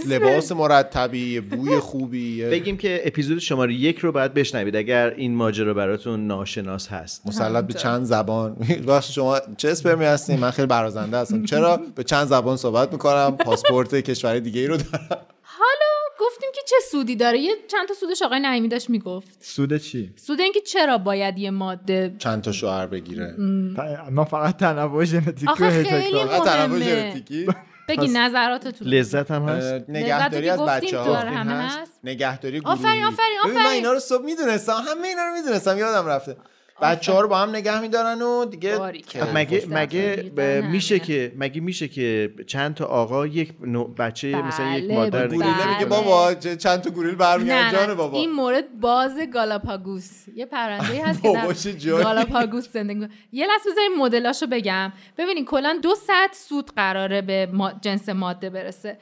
لباس مرتبی بوی خوبی یه
بگیم که اپیزود شماره یک رو باید بشنوید اگر این ماجرا براتون ناشناس هست
مسلط به چند زبان بخش شما چه اسپرمی هستین من خیلی برازنده هستم چرا به چند زبان صحبت میکنم پاسپورت کشور دیگه ای رو دارم
خب، گفتیم که چه سودی داره یه چند تا سودش آقای نعیمی داشت میگفت
سود چی
سود اینکه چرا باید یه ماده
چند تا شوهر بگیره
ت- من فقط تنوع ژنتیک رو
آخه
هی
خیلی
تکرار
فقط تنوع
مهمه.
ژنتیکی
بگی نظراتتون
لذت هم هست
اه، نگهداری
که
از
گفتیم
بچه
تو
ها
داره همه هست.
نگهداری گروهی
آفرین، آفرین،
ببین، من
آفرین.
اینا رو صبح میدونستم همه اینا رو میدونستم یادم رفته بچه ها رو با هم نگه میدارن و دیگه خب،
باریکلا.
خب، مگه
خوشبختانه
مگه
دیدن
ب-
همینه.
میشه که مگه میشه که چند تا آقا یک نوع بچه
بله،
مثلا یک
بله.
مادر
بله.
گوریله
نگه
میگه
دارن؟
بابا چه- چند تا گوریل برمیگردن
نه
جان
نه،
بابا
این مورد باز گالاپاگوس یه پرنده هست که
بابا
در
چه جایی.
گالاپاگوس زندگی می‌کنه. یه لحظه بذاریم مدلاشو بگم ببینین کلا دو سطح سود قراره به ما- جنس ماده برسه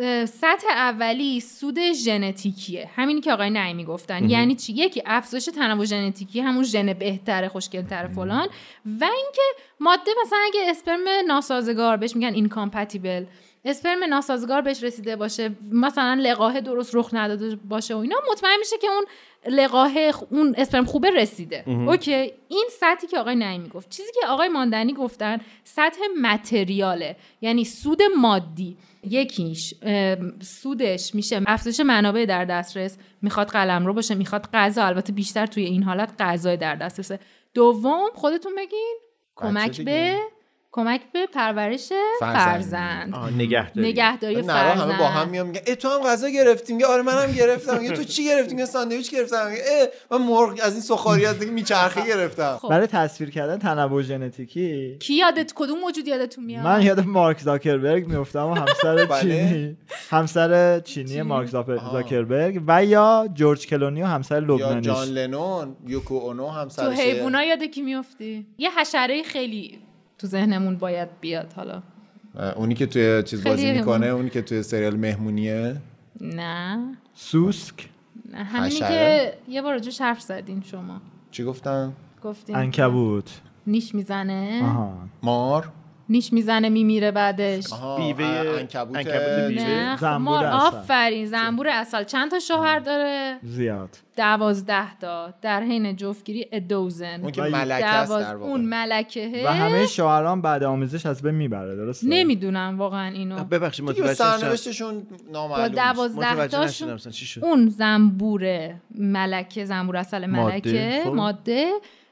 اه، سطح اولی سود ژنتیکیه همینی که آقای نعیمی گفتن یعنی چی یکی افزایش تنوع ژنتیکی همون ژن بهتره خوشگلتره فلان و اینکه ماده مثلا اگه اسپرم ناسازگار بهش میگن اینکامپتیبل اسپرم ناسازگار بهش رسیده باشه مثلا لقاه درست رخ نداده باشه و اینا مطمئن میشه که اون لقاه خ- اون اسپرم خوبه رسیده اوکی این سطحی که آقای نعیمی گفت چیزی که آقای ماندنی گفتن سطح متریاله یعنی سود مادی یکیش ام، سودش میشه افزایش منابع در دسترس میخواد قلم رو باشه میخواد غذا البته بیشتر توی این حالت غذای در دسترسه دوم خودتون بگین کمک
دیگه.
به کمک به پرورش فرزند,
آه، نگهداری
نگهداری
نه همه با هم
فرزند
میام میگن اه، تو هم غذا گرفتیم میگه آره منم گرفتم میگه تو چی گرفتی میگه ساندویچ گرفتم میگه اه، من مرغ از این سوخاری از دیگه میچرخه گرفتم
خب.
برای تصویر کردن تنوع ژنتیکی
کی یادت کدوم موجود یادتون میاد
من یاد مارک زاکربرگ میفتم و همسر
بله.
چینی همسر چینی مارک زاپ- زاکربرگ و یا جورج کلونی و همسر
یا جان
لبنانیش
لنون یوکو اونو هم
تو
سرشه
حیوونا یاد کی میفتی یه حشره خیلی تو ذهنمون باید بیاد حالا
اه، اونی که توی چیز بازی
خیلی
میکنه اونی که توی سریال مهمونیه
نه
سوسک
نه همینی
حشره؟
که یه بار راجوش حرف زدین شما
چی گفتم
گفتین
انکبوت
نیش میزنه
آها
مار
نیش میزنه میمیره بعدش
آها،
بیوه-
اه، انکبوت
انکبوت بیوه.
نه خب
زنبور
مار
عسل.
آفرین زنبور اصل چند تا شوهر داره
زیاد
دوازده تا در حین جفتگیری ادوزن
اون که ملکه است در واقع
اون ملکه
و همه شوهران بعد آموزش از بین میبره درسته
نمیدونم واقعا اینو
ببخشید
دیگه
متوجه نشدم.
سرنوشتشون
با
نامعلوم میشه.
دوازده
متوجه نشدم
تاشون
اصلا چی شد
اون زنبور ملکه زنبور اصل
ماده،
ملکه
خب.
ماده,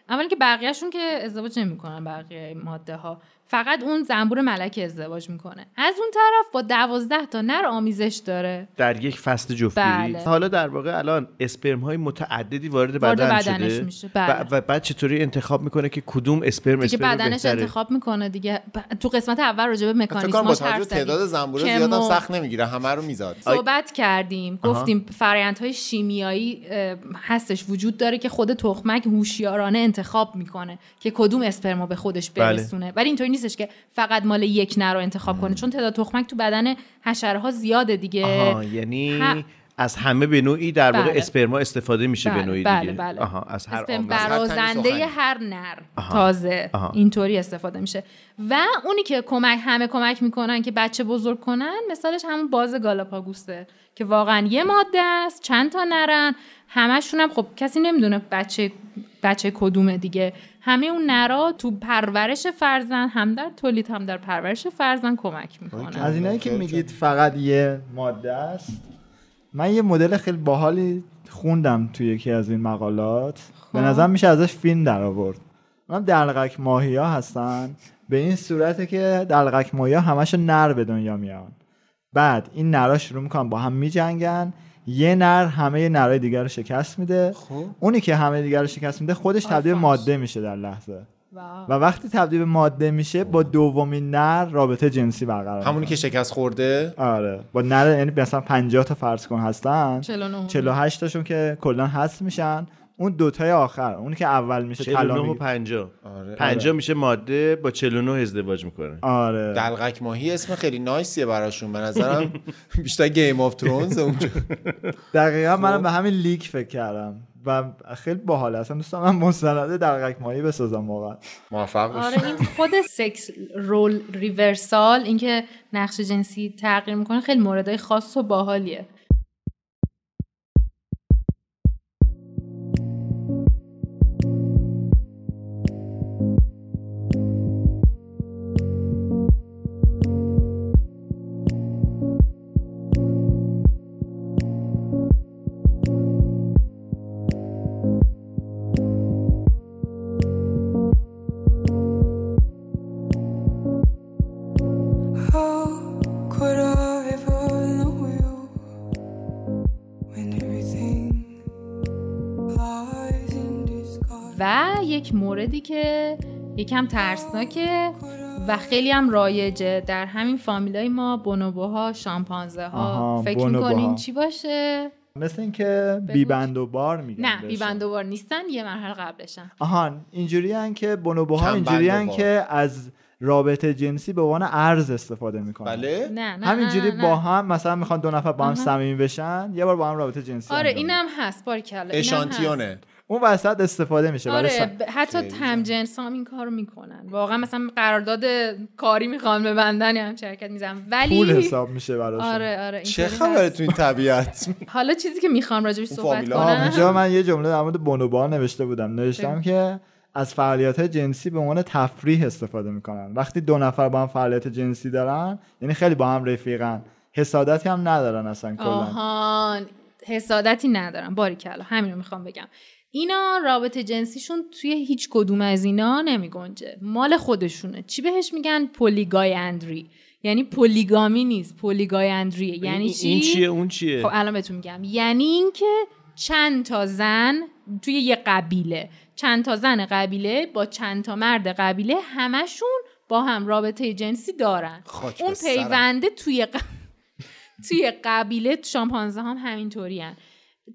اولا که بقیهشون که ازدواج نمیکنن بقیه ماده ها فقط اون زنبور ملکه ازدواج میکنه از اون طرف با دوازده تا نر آمیزش داره
در یک فصل جفتگیری
بله.
حالا در واقع الان اسپرم های متعددی وارد
وارد
بدن
بدنش
شده
میشه، بله.
و, و بعد چطوری انتخاب میکنه که کدوم اسپرم
دیگه
اسپرم
بدنش
بهتره؟
انتخاب میکنه دیگه ب- تو قسمت اول راجع به
فکر کنم با
مکانیزماش
توجه
حرف
به
زدیم.
تعداد زنبورا
کمو-
زیادم سخت نمیگیره همه رو میزاد
صحبت کردیم گفتیم فرایندهای شیمیایی اه، هستش وجود داره که خود تخمک هوشیارانه انتخاب میکنه که کدوم اسپرما به خودش
بله.
برسونه ولی اینطوری نیستش که فقط مال یک نر رو انتخاب کنه چون تعداد تخمک تو بدن حشره ها زیاده دیگه
آها یعنی
ه-
از همه به نوعی در واقع
بله.
اسپرما استفاده میشه
بله،
به نوعی
بله،
دیگه
بله.
آها از هر
اسپرم
عامل.
سخنی.
برازنده هر نر تازه
آها.
اینطوری استفاده میشه و اونی که کمک همه کمک میکنن که بچه بزرگ کنن مثالش همون باز گالاپاگوسه که واقعا یه ماده است چند تا نرن همشون هم خب کسی نمیدونه بچه بچه کدومه دیگه همه اون نرا تو پرورش فرزند هم در تولید هم در پرورش فرزند کمک میکنن
از اینایی که میگید فقط یه ماده است من یه مدل خیلی باحالی خوندم توی یکی از این مقالات به نظر میشه ازش فیلم در آورد اونم دلغک ماهی ها هستن به این صورته که دلغک ماهی ها همش نر به دنیا میان بعد این نرها شروع میکنن با هم میجنگن یه نر همه نرهای دیگر رو شکست میده اونی که همه دیگر رو شکست میده خودش تبدیل به
آفرین.
ماده میشه در لحظه
واو.
و وقتی تبدیل به ماده میشه با دومین نر رابطه جنسی برقرار می‌کنه.
همونی که شکست خورده
آره با نره یعنی مثلا 50 تا فرض کن هستن
49.
48 تاشون که کلا هست میشن اون دوتای آخر اون که اول میشه طلا
49 و
میگیره.
50
آره.
50 میشه ماده با 49 ازدواج میکنه
آره
دلغک ماهی اسم خیلی نایسیه براشون به نظرم بیشتر گیم آف ترونز اونجا
دقیقا
خب.
منم به همین لیک فکر کردم و خیلی باحال اصلا دوستان من مستند دقیق ماهی بسازم واقعا
موفق باشی
آره این خود سکس رول ریورسال اینکه نقش جنسی تغییر میکنه خیلی موردهای خاص و باحالیه
How could I ever know you when everything lies in disguise?
و یک موردی که یکم ترسناکه و خیلی هم رایجه در همین فامیلای ما بونوبوها شامپانزه ها
آها،
فکر
بونوبوها.
میکنین چی باشه
مثل اینکه
بگو.
بی بند و بار میگن
نه
بهشون.
بیبندوبار نیستن یه مرحله قبلشن
آهان اینجوری هن که بونوبوها
کم بند و
اینجوری هن
بار.
که از رابطه جنسی به عنوان ارز استفاده میکنن
بله
نه نه
همینجوری
نه، نه، نه.
با هم مثلا میخوان دو نفر با هم
آها.
صمیمی بشن یه بار با هم رابطه جنسی
آره
انجام
اینم هست بارکلا اینم
اشانتیونه
اون وسط استفاده میشه برای
آره
س-
ب- حتی تمجنس هم این کار رو میکنن واقعا مثلا قرارداد کاری میخوان ببندن هم شرکت میزن ولی
پول حساب میشه براشون
آره آره
چه
اینطوری
خبره
هست.
تو این طبیعت
حالا چیزی که میخوام راجبش
اون
صحبت
فامیلا. آه،
آه، اینجا
کنم
من یه جمله در مورد بونوبا نوشته بودم نوشتم
آره. بگو.
که از فعالیت جنسی به عنوان تفریح استفاده میکنن وقتی دو نفر با هم فعالیت جنسی دارن یعنی خیلی با هم رفیقن حسادتی هم ندارن اصلا کلا
آهان حسادتی ندارم باریکلا همین رو میخوام بگم اینا رابطه جنسیشون توی هیچ کدوم از اینا نمی گنجه مال خودشونه چی بهش میگن پولیگایندری یعنی پولیگامی نیست پولیگایندریه یعنی
این-
چی
این چیه اون چیه
خب الان بهتون میگم یعنی اینکه چند تا زن توی یه قبیله چند تا زن قبیله با چند تا مرد قبیله همشون با هم رابطه جنسی دارن
خاک به
اون
سرم.
پیونده توی ق... توی قبیله شامپانزه هم همینطوری هن.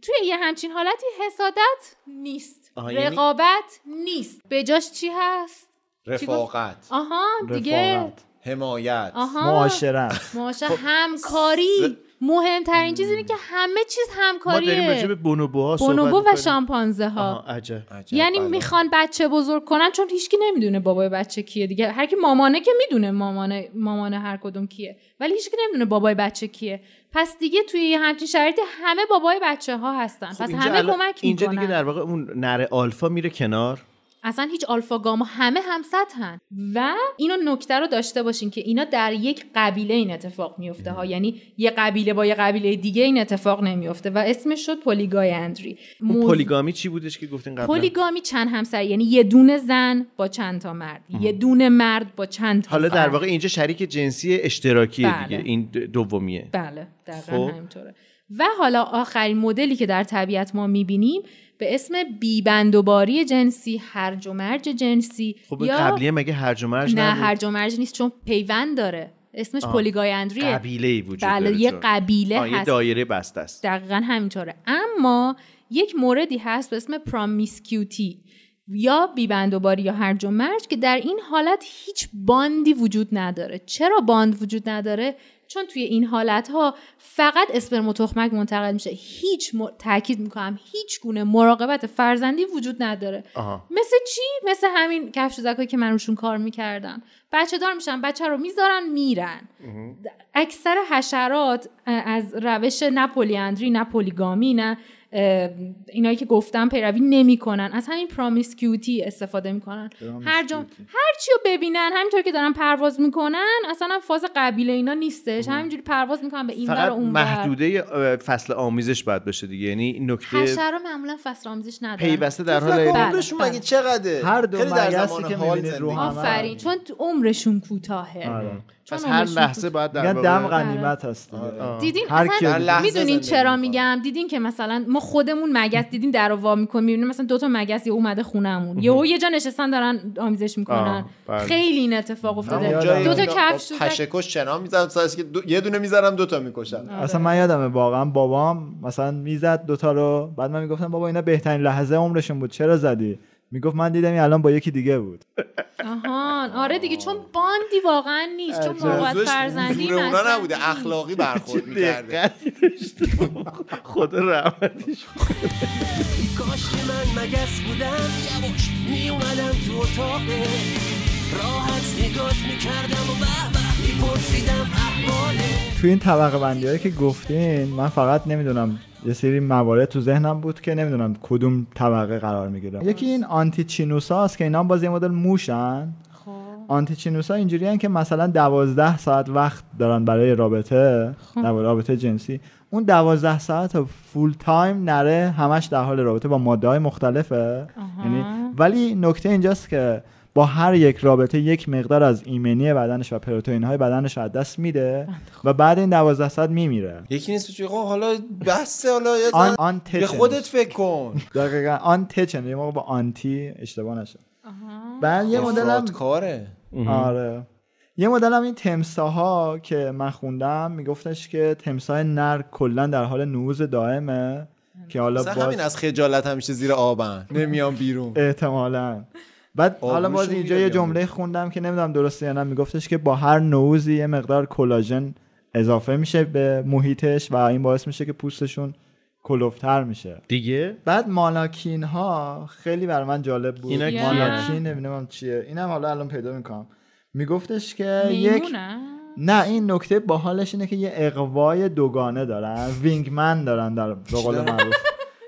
توی یه همچین حالتی حسادت نیست
آها، یعنی-
رقابت نیست بجاش چی هست
رفاقت
آها دیگه
رفاقت
حمایت
آها
معاشرت
معاشه
خب،
همکاری مهمترین چیز اینه که همه چیز
ما داریم
همکاریه
راجع به بونوبوها صحبت
بونوبو و
می‌کنیم.
شامپانزه ها
آها، عجب
عجب،
یعنی
بله.
میخوان بچه بزرگ کنن چون هیچکی نمیدونه بابای بچه کیه دیگه هر کی مامانه که میدونه مامانه مامانه هر کدوم کیه ولی هیچکی نمیدونه بابای بچه کیه پس دیگه توی یه همچین شرایطی همه بابای بچه ها هستن
خب
پس
اینجا
همه
الان-
کمک
اینجا
میکنن
دیگه در واقع اون نره آلفا میره کنار
اصلا هیچ آلفا گاما همه هم سطحن و اینو نکته رو داشته باشین که اینا در یک قبیله این اتفاق میفته ها یعنی یه قبیله با یه قبیله دیگه این اتفاق نمیفته و اسمش شد پولیگایندری
اون
موز-
پلیگامی چی بودش که گفتین قبلا
پولیگامی چند همسر یعنی یه دونه زن با چند تا مرد یه دونه مرد با چند تا
حالا در
زن.
واقع اینجا شریک جنسی اشتراکیه
بله.
دیگه این د- دومیه
بله دقیقا
خب.
همینطوره و حالا آخرین مدلی که در طبیعت ما میبینیم به اسم بیبندوباری جنسی هرج و مرج جنسی
خب قبلیه مگه هرج و مرج
نه
نبود؟
هرج و مرج نیست چون پیوند داره اسمش پولیگایندریه
قبیله‌ای وجود
بله
داره
یه
چون.
قبیله
آه، یه
هست
دایره بسته است
دقیقا همینطوره اما یک موردی هست به اسم پرامیسکیوتی یا بیبندوباری یا هرج و مرج که در این حالت هیچ باندی وجود نداره چرا باند وجود نداره چون توی این حالت ها فقط اسپرم و تخمک منتقل میشه هیچ م... تاکید میکنم هیچ گونه مراقبت فرزندی وجود نداره
آها.
مثل چی مثل همین کفشوزکایی که من روشون کار میکردم بچه دار میشن بچه رو میذارن میرن اکثر حشرات اه، از روش نه پلیاندری نه پولیگامی نه اه، اینایی که گفتم پیروی نمیکنن از همین پرامیسکیوتی استفاده میکنن هر جا هر چی رو ببینن همینطور که دارن پرواز میکنن اصلا هم فاز قبیله اینا نیستش همینجوری پرواز میکنن به این
خب.
ور
فقط
و اون ور
محدوده اه، فصل آموزش باید بشه دیگه یعنی این نکته
حشره معمولا فصل آموزش ندارن
پیوسته در حال
عمرشون
بله.
مگه چقدره
هر دو
خیلی در
مگسی
زمان
که
حال
می‌بینید رو
زندگی.
هم.
آفرین چون تو عمرشون کوتاهه
آره.
چون
آره. پس هر
عمرشون
لحظه باید در
میگن دم
آره.
واقع
غنیمت هست دیگه.
دیدین
هر کی
در
اصلا
لحظه
میدونین
زندگی
چرا
می‌کنه.
میگم دیدین که مثلا ما خودمون مگس دیدیم در وا میکنیم میبینیم مثلا دوتا مگس یه اومده خونمون یهو یه جا نشستن دارن آمیزش میکنن
آه، بله.
خیلی این اتفاق افتاده
همون
جایی
دو تا
که با
کفش سگ-
پشکش چنا میزنم سایز که دو- یه دونه میزنم دوتا میکشم
اصلا من یادمه واقعا بابام مثلا میزد دوتا رو بعد من میگفتم بابا اینا بهترین لحظه عمرشون بود چرا زدی میگفت من دیدم این الان با یکی دیگه بود
آهان آره دیگه چون باندی واقعا نیست چون مراقبت
موضوعش
فرزندی
زور اونا
مطرح
نبوده
نیست.
اخلاقی برخورد میکرده
خدا رحمت
کاش که من مگس بودم یواش می اومدم تو اتاقه راحت نگات میکردم و به به میپرسیدم احواله
تو این طبقه بندی که گفتین من فقط نمیدونم یه سری موارد تو ذهنم بود که نمیدونم کدوم طبقه قرار میگیره یکی این آنتی چینوسا است که اینا هم باز یه مدل موشن آنتی چینوسا اینجوری که مثلا دوازده ساعت وقت دارن برای رابطه در رابطه جنسی اون دوازده ساعت رو فول تایم نره همش در حال رابطه با ماده های مختلفه یعنی ولی نکته اینجاست که با هر یک رابطه یک مقدار از ایمنی بدنش و پروتئین های بدنش رو از دست میده و بعد این دوازده ساعت میمیره
یکی نیست بچه خب حالا بحث حالا یه
آن
زن-
آن
به خودت فکر کن
دقیقا آن تچن یه موقع با آنتی اشتباه نشه بعد
خب.
یه مدلم
کاره
آره یه مدل هم این تمساها که من خوندم میگفتش که تمساه نر کلا در حال نوز دائمه که حالا
مثلا همین
باز
از خجالت همیشه زیر آبن نمیام بیرون
احتمالا بعد حالا باز
آبروشون
اینجا
میره
یه
بیام
جمله خوندم که نمیدونم درسته یا نه میگفتش که با هر نوزی یه مقدار کلاژن اضافه میشه به محیطش و این باعث میشه که پوستشون کلوفتر میشه
دیگه
بعد مالاکین ها خیلی بر من جالب بود
اینا کیه؟
مالاکین نمیدونم چیه اینم حالا الان پیدا میکنم میگفتش که یک
میمونن؟
نه این نکته باحالش اینه که یه اقوای دوگانه دارن وینگمن دارن در به قول
دارن؟
معروف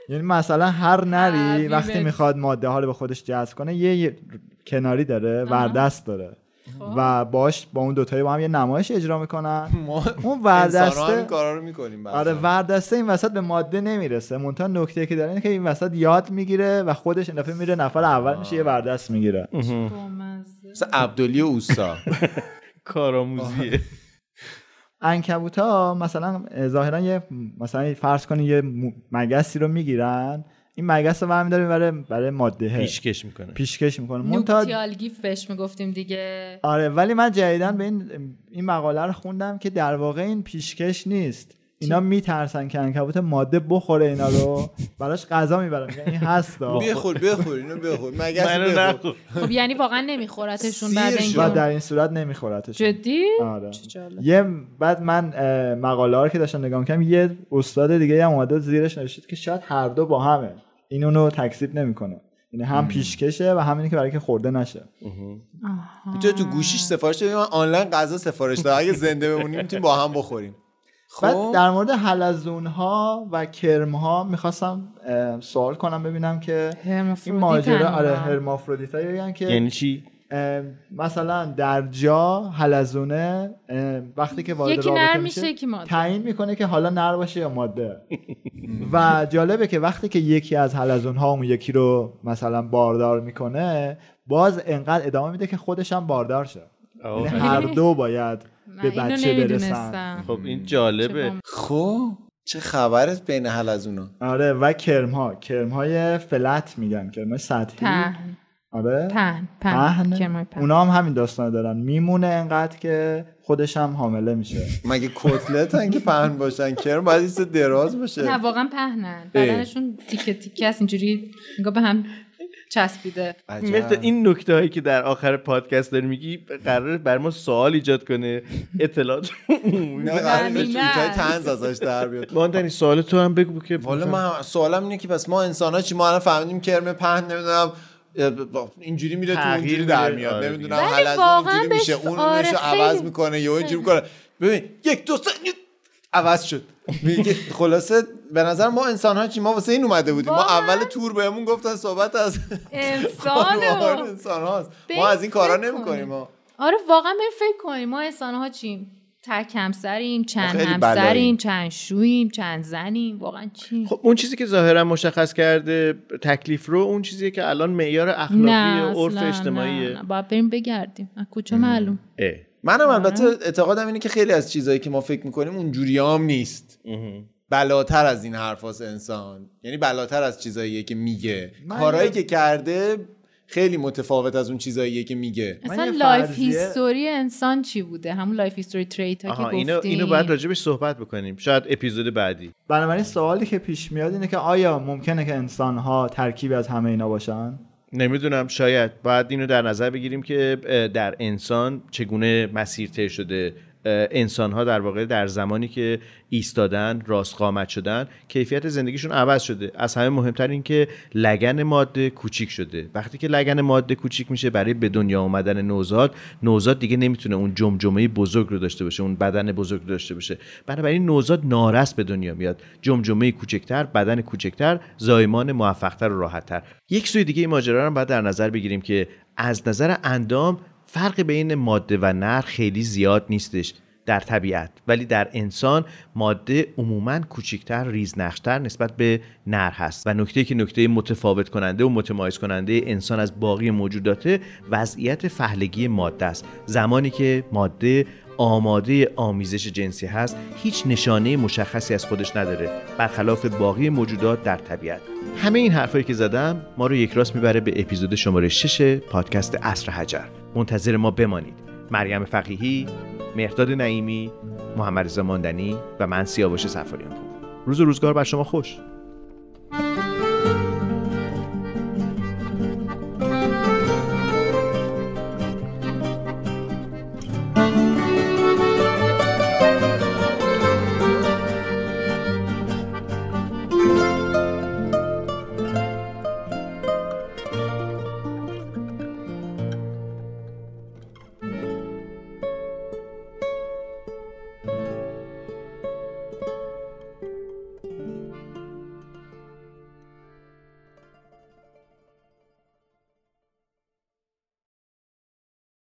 یعنی مثلا هر نری
آه،
وقتی
وینگ.
میخواد ماده ها رو به خودش جذب کنه یه, یه کناری داره وردست داره و باش با اون دوتایی با هم یه نمایش اجرا میکنن
ما
اون
انسان‌ها همین
وردسته
کارا رو میکنیم
آره وردسته این وسط به ماده نمیرسه منتها نکته که داره اینه که این وسط یاد میگیره و خودش این دفعه میره نفر اول میشه یه وردست میگیره
بامزه.
مثل عبدالی و اوستا
کارآموزیه
انکبوت ها مثلا ظاهرا یه مثلا فرض کنید یه مو- مگسی رو میگیرن این مگس رو برمیداره برای برای ماده
پیشکش میکنه
پیشکش میکنه منتها
نوکتیال گیف بهش میگفتیم دیگه
آره ولی من جدیدا به این این مقاله رو خوندم که در واقع این پیشکش نیست اینا میترسن که انکبوت ماده بخوره اینا رو براش غذا میبرن این هست ها.
بخور بخور اینو بخور مگس
منو
بخور
نخور.
خب یعنی واقعا نمیخورتشون
سیر
بعد
شد.
و در
اینکه
این صورت نمیخورتش
جدی
آره.
چه جالب.
یه بعد من اه، مقاله ها رو که داشتم نگاه میکنم یه استاد دیگه هم اومده زیرش نوشید که شاید هر دو با همه این اونو تکذیب نمیکنه یعنی هم پیشکشه و همینی که برای که خورده نشه
میتونه تو گوشیش سفارش بده من آنلاین غذا سفارش دادم اگه زنده بمونیم میتونیم با هم بخوریم
بعد
خب
در مورد حلزون ها و کرم ها میخواستم سوال کنم ببینم که این
هرمافرودیتن
ماجرا
اونا.
آره هرمافرودیت که
یعنی چی
اه، مثلا در جا حلزونه اه، وقتی که وارد
یکی
رابطه
نر
میشه
میشه، یکی ماده.
تعیین میکنه که حالا نر باشه یا ماده و جالبه که وقتی که یکی از حلزون ها اون یکی رو مثلا باردار میکنه باز انقدر ادامه میده که خودش هم باردار شه
خب.
یعنی هر دو باید
من
به
اینو
بچه برسن
نمیدونستم
خب این جالبه
خب چه خبرت بین حل از اونا
آره و کرم ها کرم های فلت میگن کرم های سطحی
پهن
آره
پهن پهن کرمای
پهن
پهن.
اونا هم همین داستان دارن میمونه انقدر که خودش هم حامله میشه
مگه کتلتن که پهن باشن کرم باید یه چیز دراز
نه
باشه
واقعا پهنن
اه.
بدنشون تیکه تیکه است اینجوری نگاه به هم چسبیده
آره.
مثل این نکته هایی که در آخر پادکست داری میگی قرار بر ما سوال ایجاد کنه اطلاعات عمومی.
زمینه است.
آره، تنز ازش در بیاد
ماندنی سوال تو هم بگو که
والا من سوالم اینه که پس ما انسان ها چی ما الان فهمیدیم کرم پهن نمیدونم اینجوری میره تو
تغییر
اونجوری در
میده.
میاد
آره
نمیدونم
دیگه.
حل از
ولی
اون اینجوری
واقعا
میشه
بهش-
اون
آره،
اونش رو عوض
خیلی-
میکنه یهو اینجوری میکنه ببین یک دو سه یک- عوض شد میگه خلاصه به نظر ما انسان ها چی ما واسه این اومده بودیم ما
واقعا؟
اول تور بهمون گفتن صحبت از
انسانو
خانوار انسان هاست
بهش
ما از این کارا
فکر
نمیکنیم ما
آره واقعا بریم فکر کنیم ما انسان ها چیم تک همسریم چند
خیلی
همسریم
بلاییم.
چند شوییم چند زنیم واقعا چیم
خب اون چیزی که ظاهرا مشخص کرده تکلیف رو اون چیزیه که الان معیار اخلاقی و عرف
اصلا نه،
اجتماعیه
نه. باید بریم بگردیم از کجا معلوم
اه.
منم البته اعتقادم اینه که خیلی از چیزهایی که ما فکر میکنیم اونجوری هم نیست بلاتر از این حرف انسان یعنی بلاتر از چیزاییه که میگه
من
کارهایی
یه-
که کرده خیلی متفاوت از اون چیزاییه که میگه
من
اصلا
یه
لایف
فرضیه-
هیستوری انسان چی بوده همون لایف هیستوری تریت ها که
آها
گفتیم
اینو اینو بعد راجبش صحبت بکنیم شاید اپیزود بعدی
بنابراین سوالی که پیش میاد اینه که آیا ممکنه که انسان ها ترکیبی از همه اینا باشن
نمیدونم شاید باید اینو در نظر بگیریم که اه، در انسان چگونه مسیر طی شده انسان ها در واقع در زمانی که ایستادن راست قامت شدن کیفیت زندگیشون عوض شده از همه مهمتر این که لگن ماده کوچیک شده وقتی که لگن ماده کوچیک میشه برای به دنیا آمدن نوزاد نوزاد دیگه نمیتونه اون جمجمه بزرگ رو داشته باشه اون بدن بزرگ رو داشته باشه بنابراین نوزاد نارس به دنیا میاد جمجمه کوچکتر بدن کوچکتر زایمان موفقتر و راحتتر یک سوی دیگه این ماجرا رو هم باید در نظر بگیریم که از نظر اندام فرق بین ماده و نر خیلی زیاد نیستش در طبیعت ولی در انسان ماده عموما کوچکتر ریزنقشتر نسبت به نر هست و نکته که نکته متفاوت کننده و متمایز کننده انسان از باقی موجودات وضعیت فهلگی ماده است زمانی که ماده آماده آمیزش جنسی هست هیچ نشانه مشخصی از خودش نداره برخلاف باقی موجودات در طبیعت همه این حرفایی که زدم ما رو یک راست میبره به اپیزود شماره 6 پادکست اصر حجر منتظر ما بمانید مریم فقیهی مهرداد نعیمی محمد رضا ماندنی و من سیاوش سفاریان پور روز و روزگار بر شما خوش